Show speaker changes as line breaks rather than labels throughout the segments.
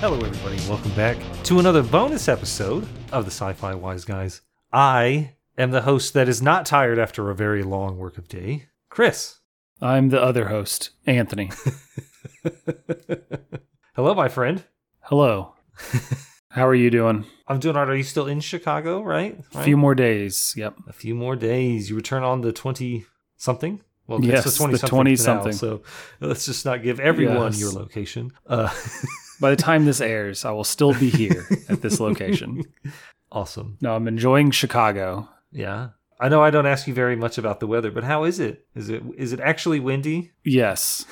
Hello, everybody. Welcome back to another bonus episode of the Sci Fi Wise Guys. I am the host that is not tired after a very long work of day, Chris.
I'm the other host, Anthony.
Hello, my friend.
Hello. How are you doing?
I'm doing all right. Are you still in Chicago, right?
A
Right?
few more days. Yep.
a few more days. You return on the 20 something. Well,
Yes,
it's
the
the 20 something.
20
for now,
something.
so let's just not give everyone
Yes.
your location. Uh,
By the time this airs, I will still be here at this location.
awesome.
No, I'm enjoying Chicago.
Yeah. I know I don't ask you very much about the weather, but how is it? Is it is it actually windy?
Yes.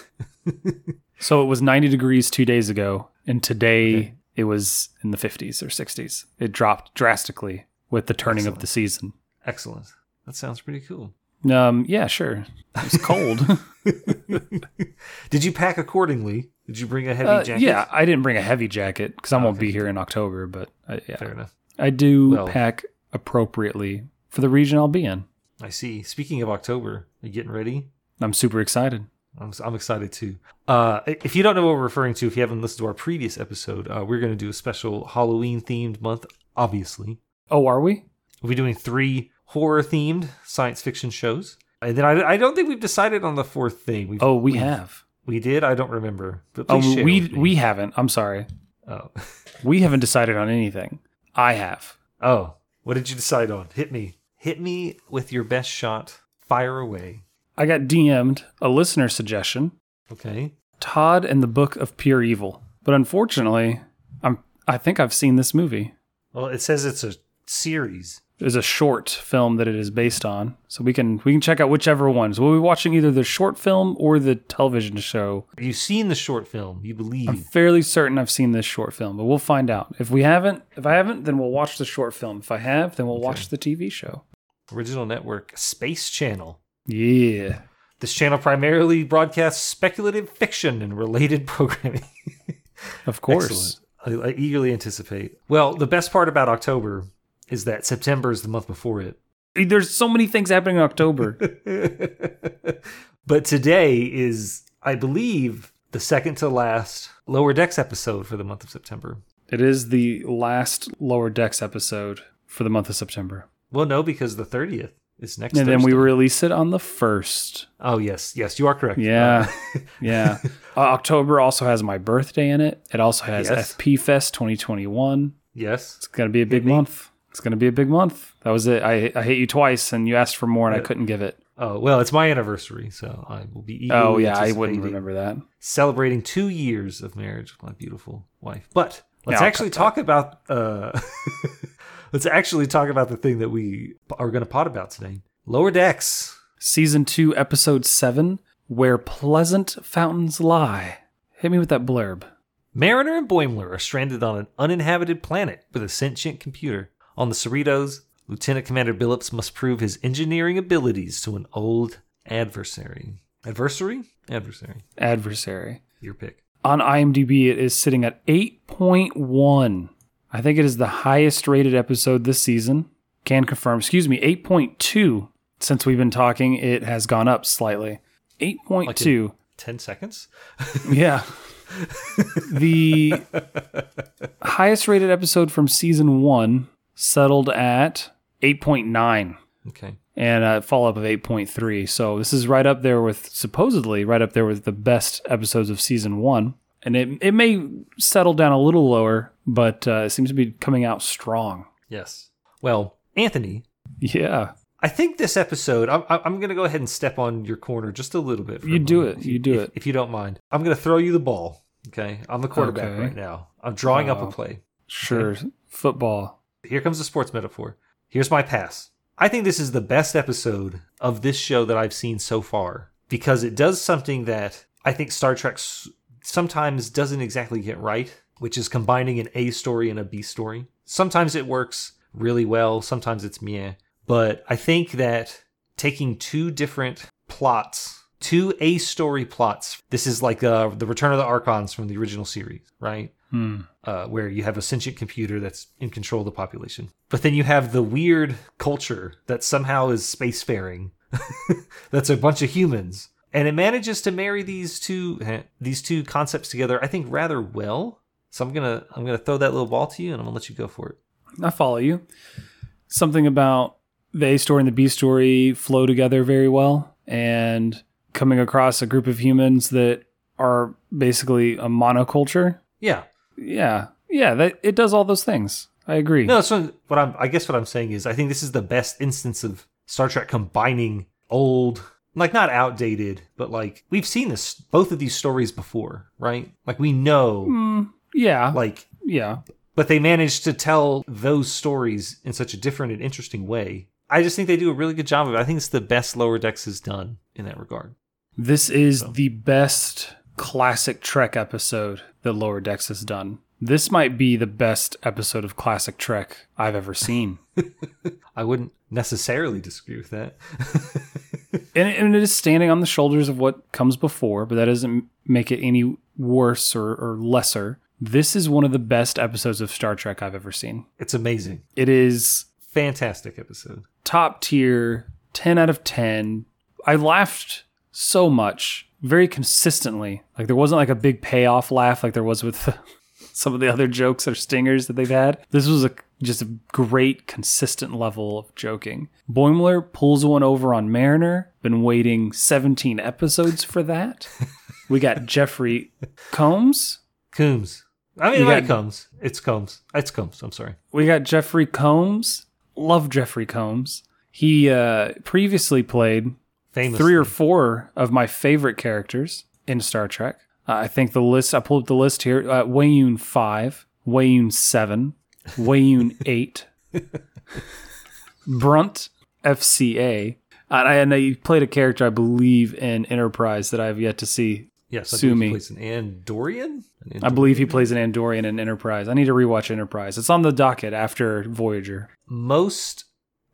so it was 90 degrees two days ago, and today
Okay.
it was in the 50s or 60s. It dropped drastically with the turning
Excellent.
of the season.
Excellent. That sounds pretty cool.
Um, yeah, sure. It's cold.
Did you pack accordingly? Did you bring a heavy
Uh,
jacket? Oh,
yeah, I didn't bring a heavy jacket because I won't
Okay.
be here in October, but I, yeah,
Fair enough.
I do
Well-
pack appropriately for the region I'll be in.
I see. Speaking of October, are you getting ready?
I'm super excited.
I'm, I'm excited too. Uh, if you don't know what we're referring to, if you haven't listened to our previous episode, uh, we're going to do a special Halloween themed month, obviously.
Oh, are we?
We'll be doing three horror themed science fiction shows. And then I, I don't think we've decided on the fourth thing. We've,
Oh, we have.
We did? I don't remember. But
Oh,
please share
we
with me.
we haven't. I'm sorry.
Oh.
We haven't decided on anything. I have.
oh, what did you decide on? Hit me. Hit me with your best shot. Fire away.
I got DM'd a listener suggestion,
Okay.
Todd and the Book of Pure Evil. But unfortunately, I'm I think I've seen this movie.
Well, it says it's a series.
There's a short film that it is based on, so we can we can check out whichever ones. We'll be watching either the short film or the television show
You've seen the short film, you believe.
I'm fairly certain I've seen this short film, but we'll find out. If we haven't, if I haven't, then we'll watch the short film. If I have, then we'll watch the TV show.
Original Network Space Channel.
Yeah.
This channel primarily broadcasts speculative fiction and related programming.
Of course.
Excellent. I, I eagerly anticipate. Well, the best part about October is that September is the month before it.
There's so many things happening in October.
but today is, I believe, the second to last Lower Decks episode for the month of September.
it is the last Lower Decks episode for the month of September.
Well, no, because the 30th is next
and then we
Thursday.
release it on the 1st.
Oh, yes. Yes, you are correct.
Yeah.
Uh,
Yeah. Uh, October also has my birthday in it. It also has
Yes.
FP Fest 2021.
yes.
It's going to be a big month. It's going to be a big month. That was it. I, I hit you twice and you asked for more and I couldn't give it.
Oh well, it's my anniversary, so I will be. Eagerly
Oh yeah, I wouldn't
anticipating-
remember that.
Celebrating two years of marriage with my beautiful wife, but let's
Yeah, I'll
actually talk about. Uh, let's actually talk about the thing that we are going to pot about today. Lower decks.
Season two, episode seven, where pleasant fountains lie. Hit me with that blurb.
Mariner and Boimler are stranded on an uninhabited planet with a sentient computer. On the Cerritos, Lieutenant Commander Billups must prove his engineering abilities to an old adversary. Adversary? Adversary.
Adversary.
Your pick.
On IMDb, it is sitting at 8.1. I think it is the highest rated episode this season. Can confirm, excuse me, 8.2. Since we've been talking, it has gone up slightly. 8.2.
Ten seconds.
Yeah. the highest rated episode from season one settled at 8.9
Okay.
and a follow up of 8.3. So this is right up there with, supposedly, right up there with the best episodes of season one. And it, it may settle down a little lower, but uh, it seems to be coming out strong.
Yes. Well, Anthony,
Yeah.
I think this episode, I'm, I'm going to go ahead and step on your corner just a little bit. for a
You do
moment,
it.
if
You do
if,
it.
If you don't mind, I'm going to throw you the ball. Okay. I'm the quarterback
Okay.
right now. I'm drawing up
Wow.
a play.
Sure. Football.
Here comes the sports metaphor. Here's my pass. I think this is the best episode of this show that I've seen so far because it does something that I think Star Trek s- sometimes doesn't exactly get right, which is combining an A story and a B story. Sometimes it works really well, sometimes it's meh. But I think that taking two different plots, two A story plots, this is like uh, the Return of the Archons from the original series, right?
Hmm.
uh, where you have a sentient computer that's in control of the population. But then you have the weird culture that somehow is spacefaring. that's a bunch of humans, and it manages to marry these two eh, these two concepts together. I think rather well. So I'm gonna I'm gonna throw that little ball to you, and I'm gonna let you go for it.
I follow you. Something about the A story and the B story flow together very well, and coming across a group of humans that are basically a monoculture.
Yeah.
Yeah, yeah, that it does all those things. I agree.
No, so what I'm I guess what I'm saying is I think this is the best instance of Star Trek combining old like not outdated, but like we've seen this both of these stories before, right? Like we know
Mm, yeah,
like
yeah,
but they managed to tell those stories in such a different and interesting way. I just think they do a really good job of it. I think it's the best Lower Decks has done in that regard.
This is the best classic Trek episode that Lower Decks has done. This might be the best episode of classic Trek I've ever seen.
I wouldn't necessarily disagree with that.
and, and it is standing on the shoulders of what comes before, but that doesn't make it any worse or, or lesser. This is one of the best episodes of Star Trek I've ever seen.
it's amazing.
It is
Fantastic episode.
top tier, 10 out of 10. I laughed so much, very consistently. Like there wasn't like a big payoff laugh like there was with some of the other jokes or stingers that they've had. This was a just a great consistent level of joking. Boimler pulls one over on Mariner. Been waiting 17 episodes for that. we got Jeffrey Combs.
Coombs. I mean,
You
it might
got-
Combs. It's Combs. It's Combs. I'm sorry.
We got Jeffrey Combs. Love Jeffrey Combs. He uh, previously played
Famous.
three or four of my favorite characters in Star Trek. Uh, I think the list I pulled up the list here: uh, Wayun five, Wayun seven, Wayun eight, Brunt FCA. Uh, And I, and I played a character I believe in Enterprise that I've yet to see.
Yes, I
Sue
believe
me.
he plays an Andorian. An
I believe he plays an Andorian in Enterprise. I need to rewatch Enterprise. It's on the docket after Voyager.
most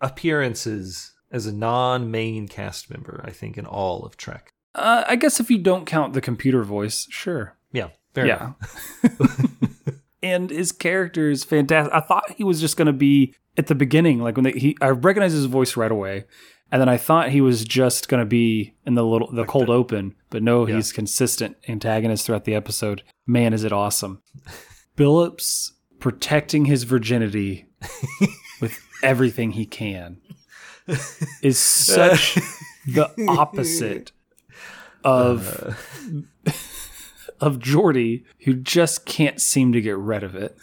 appearances as a non-main cast member, I think, in all of Trek.
Uh, I guess if you don't count the computer voice, sure.
Yeah, fair enough.
yeah. and his character is fantastic. I thought he was just going to be at the beginning, like when they, he, I recognized his voice right away, and then I thought he was just going to be in the little, the cold open. But no,
Yeah.
he's consistent antagonist throughout the episode. Man, is it awesome! Billups protecting his virginity with everything he can is such the opposite of of Jordy, who just can't seem to get rid of it.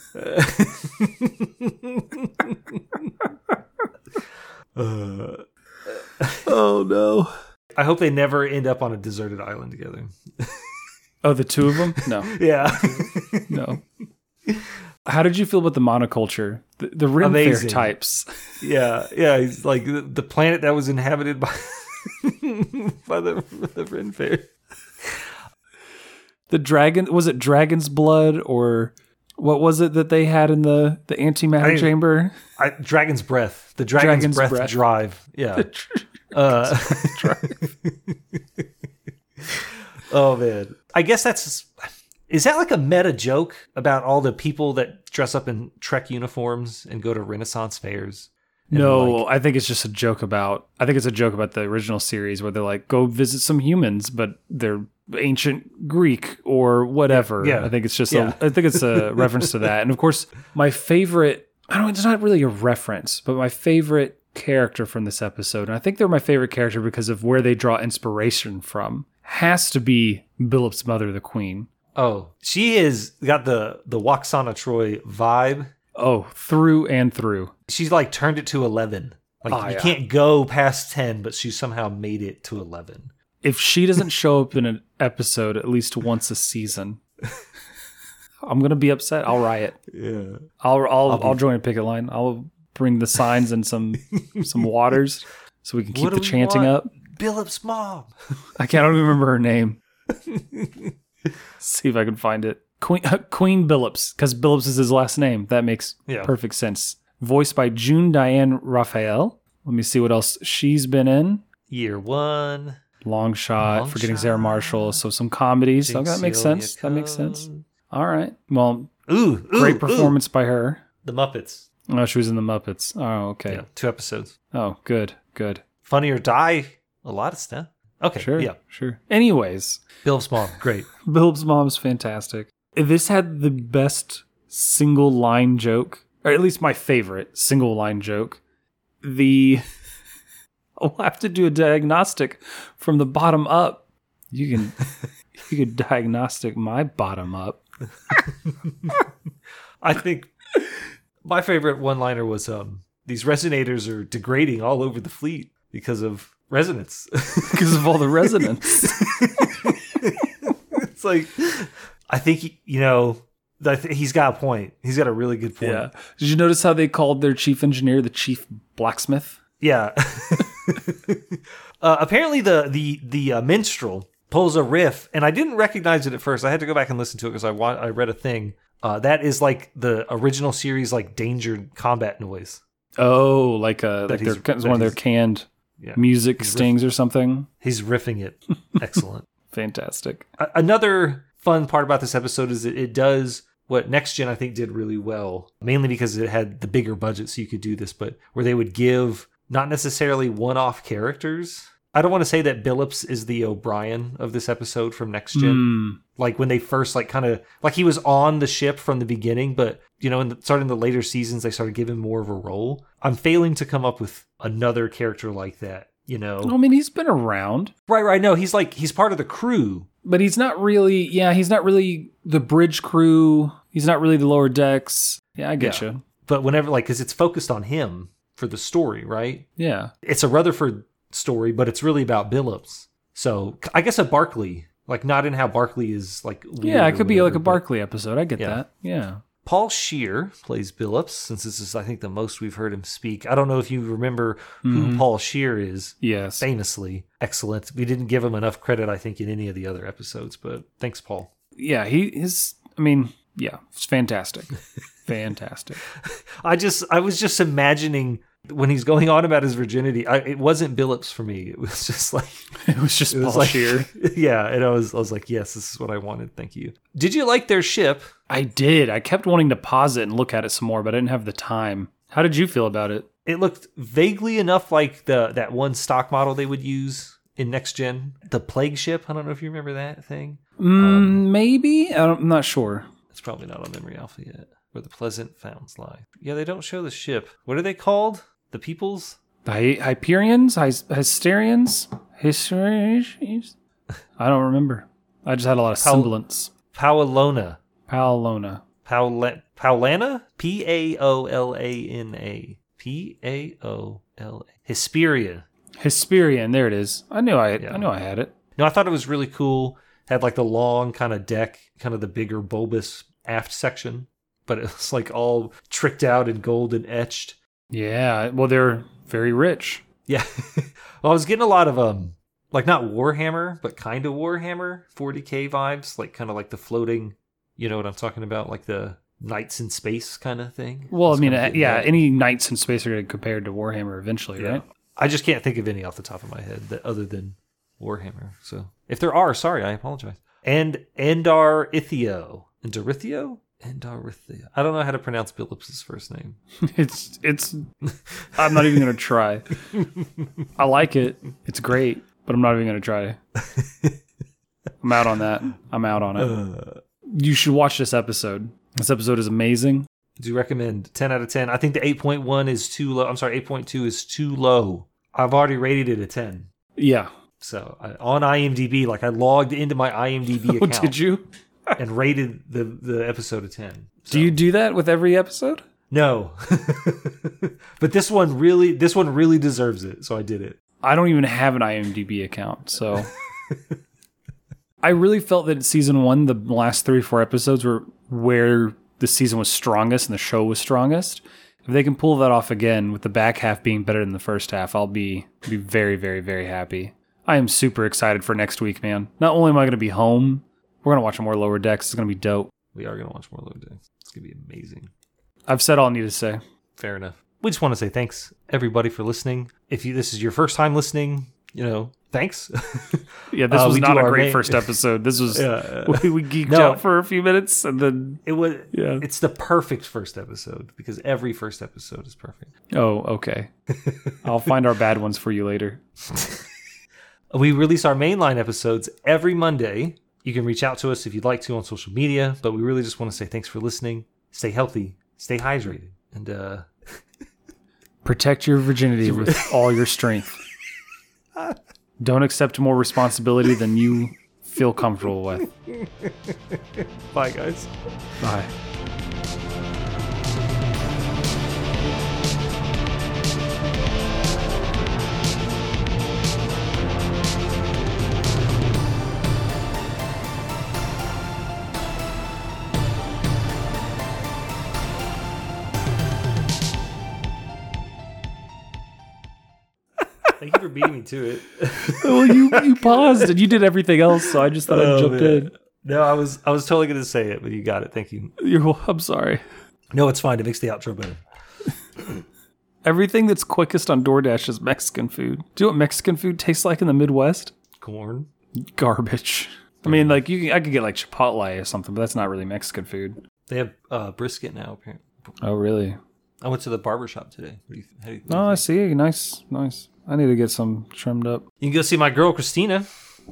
Uh,
Oh no!
I hope they never end up on a deserted island together.
Oh, the two of them? No,
Yeah.
no. How did you feel about the monoculture, the, the rim fair
Amazing.
types?
yeah. Yeah. It's like the, the planet that was inhabited by, by the, the Ren Fair.
The dragon was it dragon's blood or what was it that they had in the the
I-
antimatter chamber?
I, Dragon's Breath. The Dragon's,
Dragon's
Breath,
Breath.
Drive. Yeah. Uh, oh man. I guess that's is that like a meta joke about all the people that dress up in Trek uniforms and go to Renaissance fairs? And,
No, I think it's just a joke about. I think it's a joke about the original series where they're like, go visit some humans, but they're ancient Greek or whatever.
Yeah.
I think it's just.
Yeah.
A, I think it's a reference to that. And of course, my favorite. I don't. It's not really a reference, but my favorite character from this episode, and I think they're my favorite character because of where they draw inspiration from, has to be Billup's mother, the Queen.
Oh, she is got the the Waxana Troy vibe.
Oh, through and through.
She's like turned it to eleven. Like
Ah,
you
yeah.
can't go past ten, but she somehow made it to eleven.
if she doesn't show up in an episode at least once a season, I'm gonna be upset. I'll riot.
Yeah.
I'll I'll I'll, join a picket line. I'll bring the signs and some some waters so we can keep
What do
the
we
chanting
want?
up.
Billup's mom.
I can't I don't even remember her name. See if I can find it. Queen uh, Queen Billups, because Billups is his last name. That makes
Yeah.
perfect sense. Voiced by June Diane Raphael. Let me see what else she's been in.
Year one.
Long Shot,
Long
Forgetting
Shot.
Sarah Marshall, so some comedies. So that makes
Celia
sense. That makes sense.
Cone.
All right. Well,
Ooh, ooh,
great
ooh.
performance by her.
The Muppets.
Oh, she was in the Muppets. Oh, okay.
Yeah, two episodes.
Oh, good, good.
Funny or Die, a lot of stuff. Okay,
Sure,
yeah.
sure. Anyways,
Bill's mom, great.
Bill's mom's fantastic. This had the best single line joke, or at least my favorite single line joke. The I'll have to do a diagnostic from the bottom up. You can you could diagnostic my bottom up.
I think my favorite one liner was um, these resonators are degrading all over the fleet because of resonance.
because of all the resonance.
it's like, I think, you know, I th- he's got a point. He's got a really good point.
yeah. Did you notice how they called their chief engineer the chief blacksmith?
Yeah. uh, apparently, the the the uh, minstrel pulls a riff, and I didn't recognize it at first. I had to go back and listen to it because I wa- I read a thing uh, that is like the original series, like danger combat noise.
Oh, like a
That
like their,
he's-
it's
that
one of their
he's-
canned
Yeah.
music
He's riff-
stings or something.
He's riffing it. Excellent.
Fantastic.
A- another fun part about this episode is that it does what next gen i think did really well mainly because it had the bigger budget so you could do this but where they would give not necessarily one-off characters i don't want to say that billups is the o'brien of this episode from next gen
Mm,
like when they first like kind of like he was on the ship from the beginning but you know in the, starting the later seasons they started giving more of a role i'm failing to come up with another character like that you know
Oh. I mean, he's been around,
right right no he's like he's part of the crew
but he's not really. Yeah, he's not really the bridge crew. He's not really the lower decks. Yeah, I get
Yeah.
you.
but whenever like because it's focused on him for the story right
Yeah,
it's a rutherford story but it's really about billups so c- i guess a barclay like not in how barclay is like weird
yeah. It
or
could be like
whatever,
a
but
Barclay episode. I get
Yeah.
that. Yeah.
paul shear plays billups since this is i think the most we've heard him speak i don't know if you remember who
Mhm.
paul shear is
Yes.
famously excellent we didn't give him enough credit i think in any of the other episodes but thanks paul
Yeah. He his. I mean, yeah. It's fantastic. fantastic.
I just I was just imagining when he's going on about his virginity. I, it wasn't Billups for me. It was just like
It was just
it was
Paul
like
Shear.
yeah, and I was I was like, yes, this is what I wanted. Thank you. Did you like their ship?
I did. I kept wanting to pause it and look at it some more, but I didn't have the time. How did you feel about it?
It looked vaguely enough like the that one stock model they would use in next gen, the plague ship. I don't know if you remember that thing.
Mm, maybe. I don't, I'm not sure.
It's probably not on Memory Alpha yet. Where the pleasant fountains lie. Yeah, they don't show the ship. What are they called? The peoples?
The Hy- Hyperions, Hy- Hysterians, Hysterians. I don't remember. I just had a lot of
Pal-
semblance.
Paolona.
Paolona.
Paola- Paolana? P A O L A N A. P A O L A. Hesperia.
Hesperian. There it is. I knew I.
Yeah.
I knew I had it.
No, I thought it was really cool. Had like the long kind of deck, kind of the bigger bulbous aft section, but it was like all tricked out in gold and etched.
Yeah. Well, they're very rich.
Yeah. well, I was getting a lot of um like not Warhammer, but kind of Warhammer 40K vibes, like kind of like the floating, you know what I'm talking about, like the knights in space kind of thing.
Well, I
was
mean,
kinda
uh,
getting
yeah.
that.
Any knights in space are going to be compared to Warhammer eventually, right?
I just can't think of any off the top of my head that other than Warhammer. So if there are, sorry, I apologize. And Endar Ithio. Endarithio? Endarithio. I don't know how to pronounce Billups' first name.
It's. It's. I'm not even going to try. I like it. It's great, but I'm not even going to try. I'm out on that. I'm out on it.
Uh,
you should watch this episode. This episode is amazing.
do you recommend 10 out of 10? I think the 8.1 is too low. I'm sorry, 8.2 is too low. I've already rated it a 10.
Yeah.
So I, on IMDb, like I logged into my IMDb
Oh,
account
did you?
and rated the, the episode a 10. So.
Do you do that with every episode?
No. but this one really this one really deserves it, so I did it.
I don't even have an IMDb account, so I really felt that season one, the last three, four episodes were where the season was strongest and the show was strongest. If they can pull that off again with the back half being better than the first half, I'll be be very, very, very happy. I am super excited for next week, man. Not only am I gonna be home, we're gonna watch more lower decks. It's gonna be dope.
We are gonna watch more Low Decks. It's gonna be amazing.
I've said all I need to say.
Fair enough. We just want to say thanks everybody for listening. If you this is your first time listening, you know, thanks.
Yeah, this
Uh,
was
we
not
do
a
our
great
main-
first episode. This was
Yeah.
we, we geeked
No.
out for a few minutes and then
it was
yeah.
it's the perfect first episode because every first episode is perfect.
Oh, okay. I'll find our bad ones for you later.
We release our mainline episodes every Monday. You can reach out to us if you'd like to on social media, but we really just want to say thanks for listening. Stay healthy, stay hydrated, and uh,
Protect your virginity with all your strength. Don't accept more responsibility than you feel comfortable with.
bye, guys.
Bye.
Thank you for beating me to it.
Well, you, you paused and you did everything else, so I just thought I jumped in.
No, I was I was totally going to say it, but you got it. Thank you.
You're, wel- I'm sorry.
No, it's fine. It makes the outro better.
Everything that's quickest on DoorDash is Mexican food. Do you know what Mexican food tastes like in the Midwest?
Corn.
Garbage. I mean, like you, can, I could get like Chipotle or something, but that's not really Mexican food.
They have uh, brisket now. Apparently,
Oh, really?
I went to the barber shop today. What do you, th- how do you, what do you
Oh, I
think?
see. Nice, nice. I need to get some trimmed up.
You can go see my girl Christina.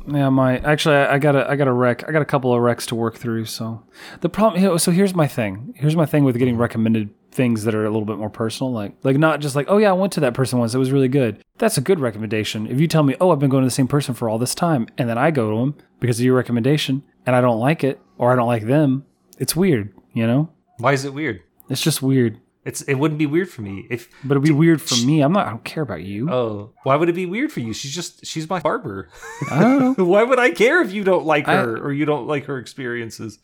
Yeah, my actually, I, I got a, I got a wreck. I got a couple of wrecks to work through. So the problem, here- so here's my thing. Here's my thing with getting recommended things that are a little bit more personal, like, like not just like, oh yeah, I went to that person once. It was really good. That's a good recommendation. If you tell me, oh, I've been going to the same person for all this time, and then I go to them because of your recommendation, and I don't like it or I don't like them, it's weird. You know,
Why is it weird?
it's just weird.
It's it wouldn't be weird for me if.
But it'd be weird for me. I'm not. I don't care about you.
Oh, why would it be weird for you? She's just she's my barber.
I don't know.
why would I care if you don't like
I-
her or you don't like her experiences?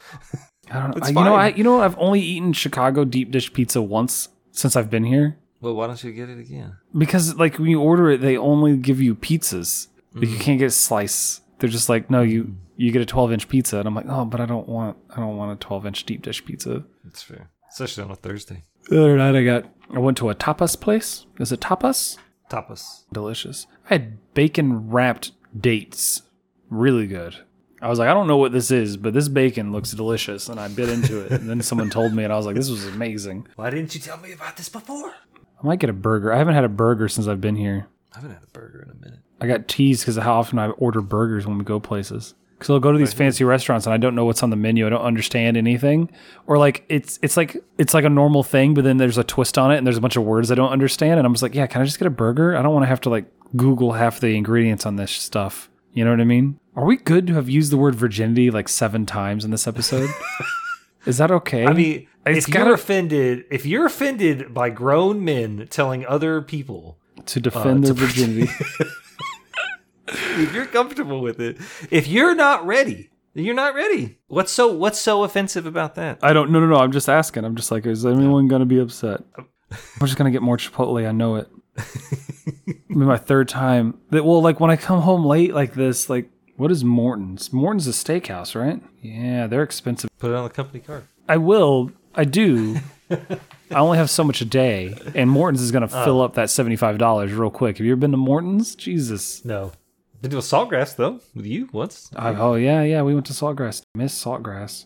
I don't know.
It's
I- you know, I
fine.
you know, I've only eaten Chicago deep dish pizza once since I've been here
Well, why don't you get it again?
because like when you order it, they only give you pizzas. Like,
Mm.
you can't get a slice. They're just like, no, you you get a twelve inch pizza, and I'm like, oh, but I don't want I don't want a twelve inch deep dish pizza.
That's fair, especially on a Thursday.
The other night I got I went to a tapas place. Is it tapas?
Tapas.
Delicious. I had bacon wrapped dates. Really good. I was like, I don't know what this is, but this bacon looks delicious, and I bit into it. and then someone told me, and I was like, this was amazing.
Why didn't you tell me about this before?
I might get a burger. I haven't had a burger since I've been here.
I haven't had a burger in a minute.
I got teased because of how often I order burgers when we go places. Because I'll go to these fancy restaurants and I don't know what's on the menu. I don't understand anything, or like it's it's like it's like a normal thing, but then there's a twist on it and there's a bunch of words I don't understand. And I'm just like, yeah, can I just get a burger? I don't want to have to like Google half the ingredients on this stuff. You know what I mean? Are we good to have used the word virginity like seven times in this episode? Is that okay?
I mean,
It's
if
gotta-
you're offended, if you're offended by grown men telling other people,
to defend
uh, it's
their
a-
virginity.
if you're comfortable with it, if you're not ready, then you're not ready. What's so what's so offensive about that?
I don't. No, no, no. I'm just asking. I'm just like, is anyone gonna be upset? I'm just gonna get more Chipotle. I know it. I mean, my third time. That well, like when I come home late like this, like what is Morton's? Morton's a steakhouse, right? Yeah, they're expensive.
Put it on the company card.
I will. I do. I only have so much a day, and Morton's is gonna fill
Oh.
up that seventy five dollars real quick. Have you ever been to Morton's? Jesus.
No. Been to a Sawgrass though with you once.
I, oh yeah, yeah. We went to Saltgrass. Miss Saltgrass.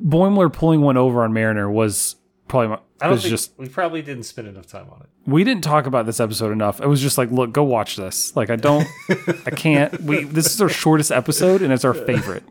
Boimler pulling one over on Mariner was probably my,
I don't
was
think
just
we probably didn't spend enough time on it.
we didn't talk about this episode enough. It was just like, look, go watch this. Like, I don't, I can't. We this is our shortest episode, and it's our favorite.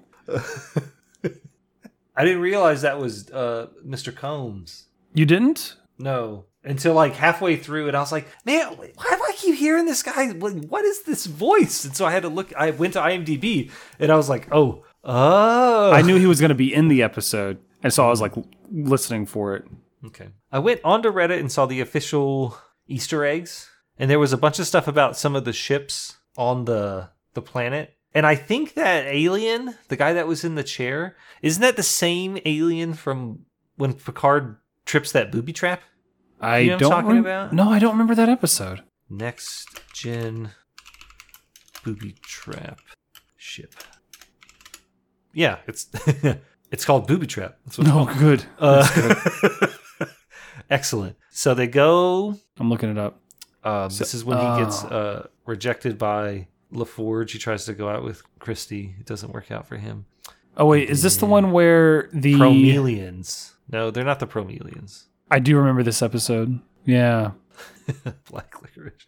I didn't realize that was uh, Mr. Combs.
You didn't?
No, until like halfway through, and I was like, man, why do I keep hearing this guy? What what is this voice? And so I had to look. I went to IMDb, and I was like, oh, oh,
I knew he was going to be in the episode, and so I was like listening for it.
Okay. I went onto Reddit and saw the official Easter eggs, and there was a bunch of stuff about some of the ships on the the planet. And I think that alien, the guy that was in the chair, isn't that the same alien from when Picard trips that booby trap?
I
You know what I'm
don't
talking
rem-
about?
No, I don't remember that episode.
Next gen booby trap ship. Yeah, it's it's called booby trap. That's what
No, good.
uh, Excellent. So they go
I'm looking it up.
Um, this is when
oh.
he gets uh, rejected by LaForge. He tries to go out with Christy. It doesn't work out for him.
Oh wait, is this the
Mm.
one where the
Promelians. No, they're not the Promelians.
I do remember this episode. Yeah,
Black licorice.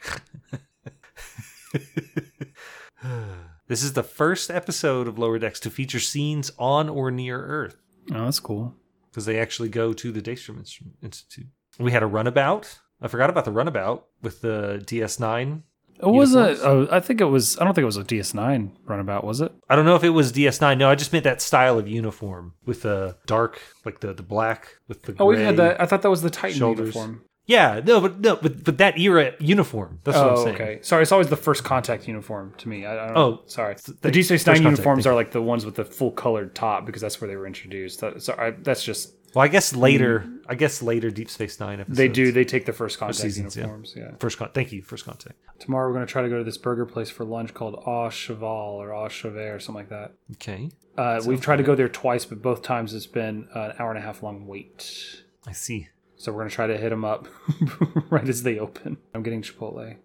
This is the first episode of Lower Decks to feature scenes on or near Earth
Oh, that's cool.
because they actually go to the Daystrom Instru- Institute. We had a runabout. I forgot about the runabout with the DS9.
It was a,
Uniforms?
a. I think it was. I don't think it was a DS9 runabout, was it?
I don't know if it was DS9. No, I just meant that style of uniform with the dark, like the, the black with the.
Oh, we've had
gray.
that. I thought that was the Titan
shoulders.
uniform.
Yeah, no, but no, but, but that era uniform. That's what I'm
Oh,
saying.
okay. Sorry, it's always the first contact uniform to me. I, I don't
Oh,
sorry. The
thank-
D6
first
nine
contact,
uniforms
thank
are like the ones with the full colored top because that's where they were introduced. That, sorry, I- that's just
Well, I guess later. I guess later Deep Space Nine episodes.
Mm. they do. They take the first contact
seasons, yeah.
uniforms. Yeah.
First con- Thank you. First contact.
Tomorrow we're gonna try to go to this burger place for lunch called Au Cheval or Au Chevet or something like that.
Okay.
Uh, we've tried to go there twice, but both times it's been an hour and a half long wait.
I see.
So we're gonna try to hit them up right as they open. I'm getting Chipotle.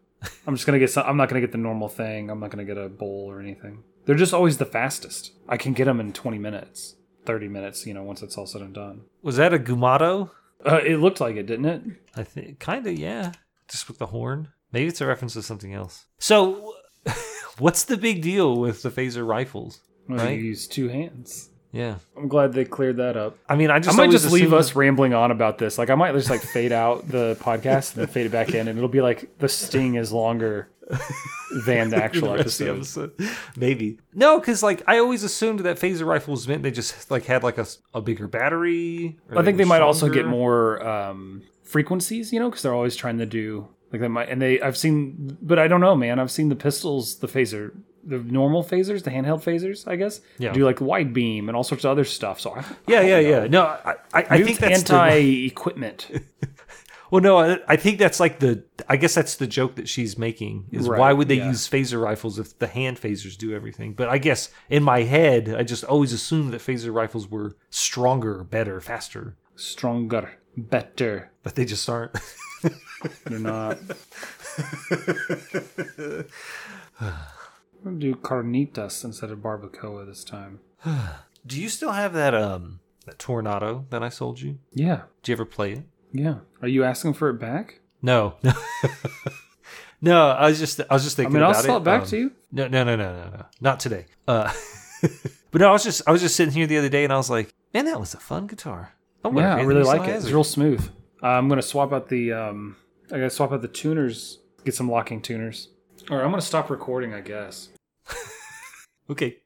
I'm just gonna get some. I'm not gonna get the normal thing. I'm not gonna get a bowl or anything. They're just always the fastest. I can get them in 20 minutes, 30 minutes. You know, once it's all said and done.
Was that a Gumato?
Uh, it looked like it, didn't it?
I think kind of. Yeah. Just with the horn. Maybe it's a reference to something else. So, what's the big deal with the phaser rifles?
Well,
Right.
You use two hands.
Yeah.
I'm glad they cleared that up.
I mean, I just
I might
always
just leave
assumed-
us rambling on about this. Like I might just like fade out the podcast and then fade it back in, and it'll be like the sting is longer than the actual
the rest of the
episode.
episode. Maybe no, because like I always assumed that phaser rifles meant they just like had like a, s- a bigger battery. or
I think they
were
might also get
stronger.
more um, frequencies, you know, because they're always trying to do like they might. And they, I've seen, but I don't know, man. I've seen the pistols, the phaser, the normal phasers, the handheld phasers, I guess.
Yeah.
Do like wide beam and all sorts of other stuff. So I,
Yeah, yeah, yeah. No, I, I, I think that's the-
anti equipment.
Well, no, I, I think that's like the. I guess that's the joke that she's making is why
Right,
would they
yeah.
use phaser rifles if the hand phasers do everything? But I guess in my head, I just always assumed that phaser rifles were stronger, better, faster,
Stronger, better.
but they just aren't.
They're not. We're gonna do carnitas instead of barbacoa this time.
do you still have that um that tornado that I sold you?
Yeah,
Do you ever play it?
yeah. Are you asking for it back?
No, no. no, I was just I was just
I
thinking.
mean, I'll
about
sell it back
um,
to you.
No, no, no, no, no, no. Not today. Uh, but no, I was just I was just sitting here the other day, and I was like, man, that was a fun guitar. I wonder if
Yeah, I
Anthony
really
still
like it.
has
It's real smooth. Uh, I'm gonna swap out the um, I gotta swap out the tuners. Get some locking tuners. All right, I'm gonna stop recording. I guess.
Okay.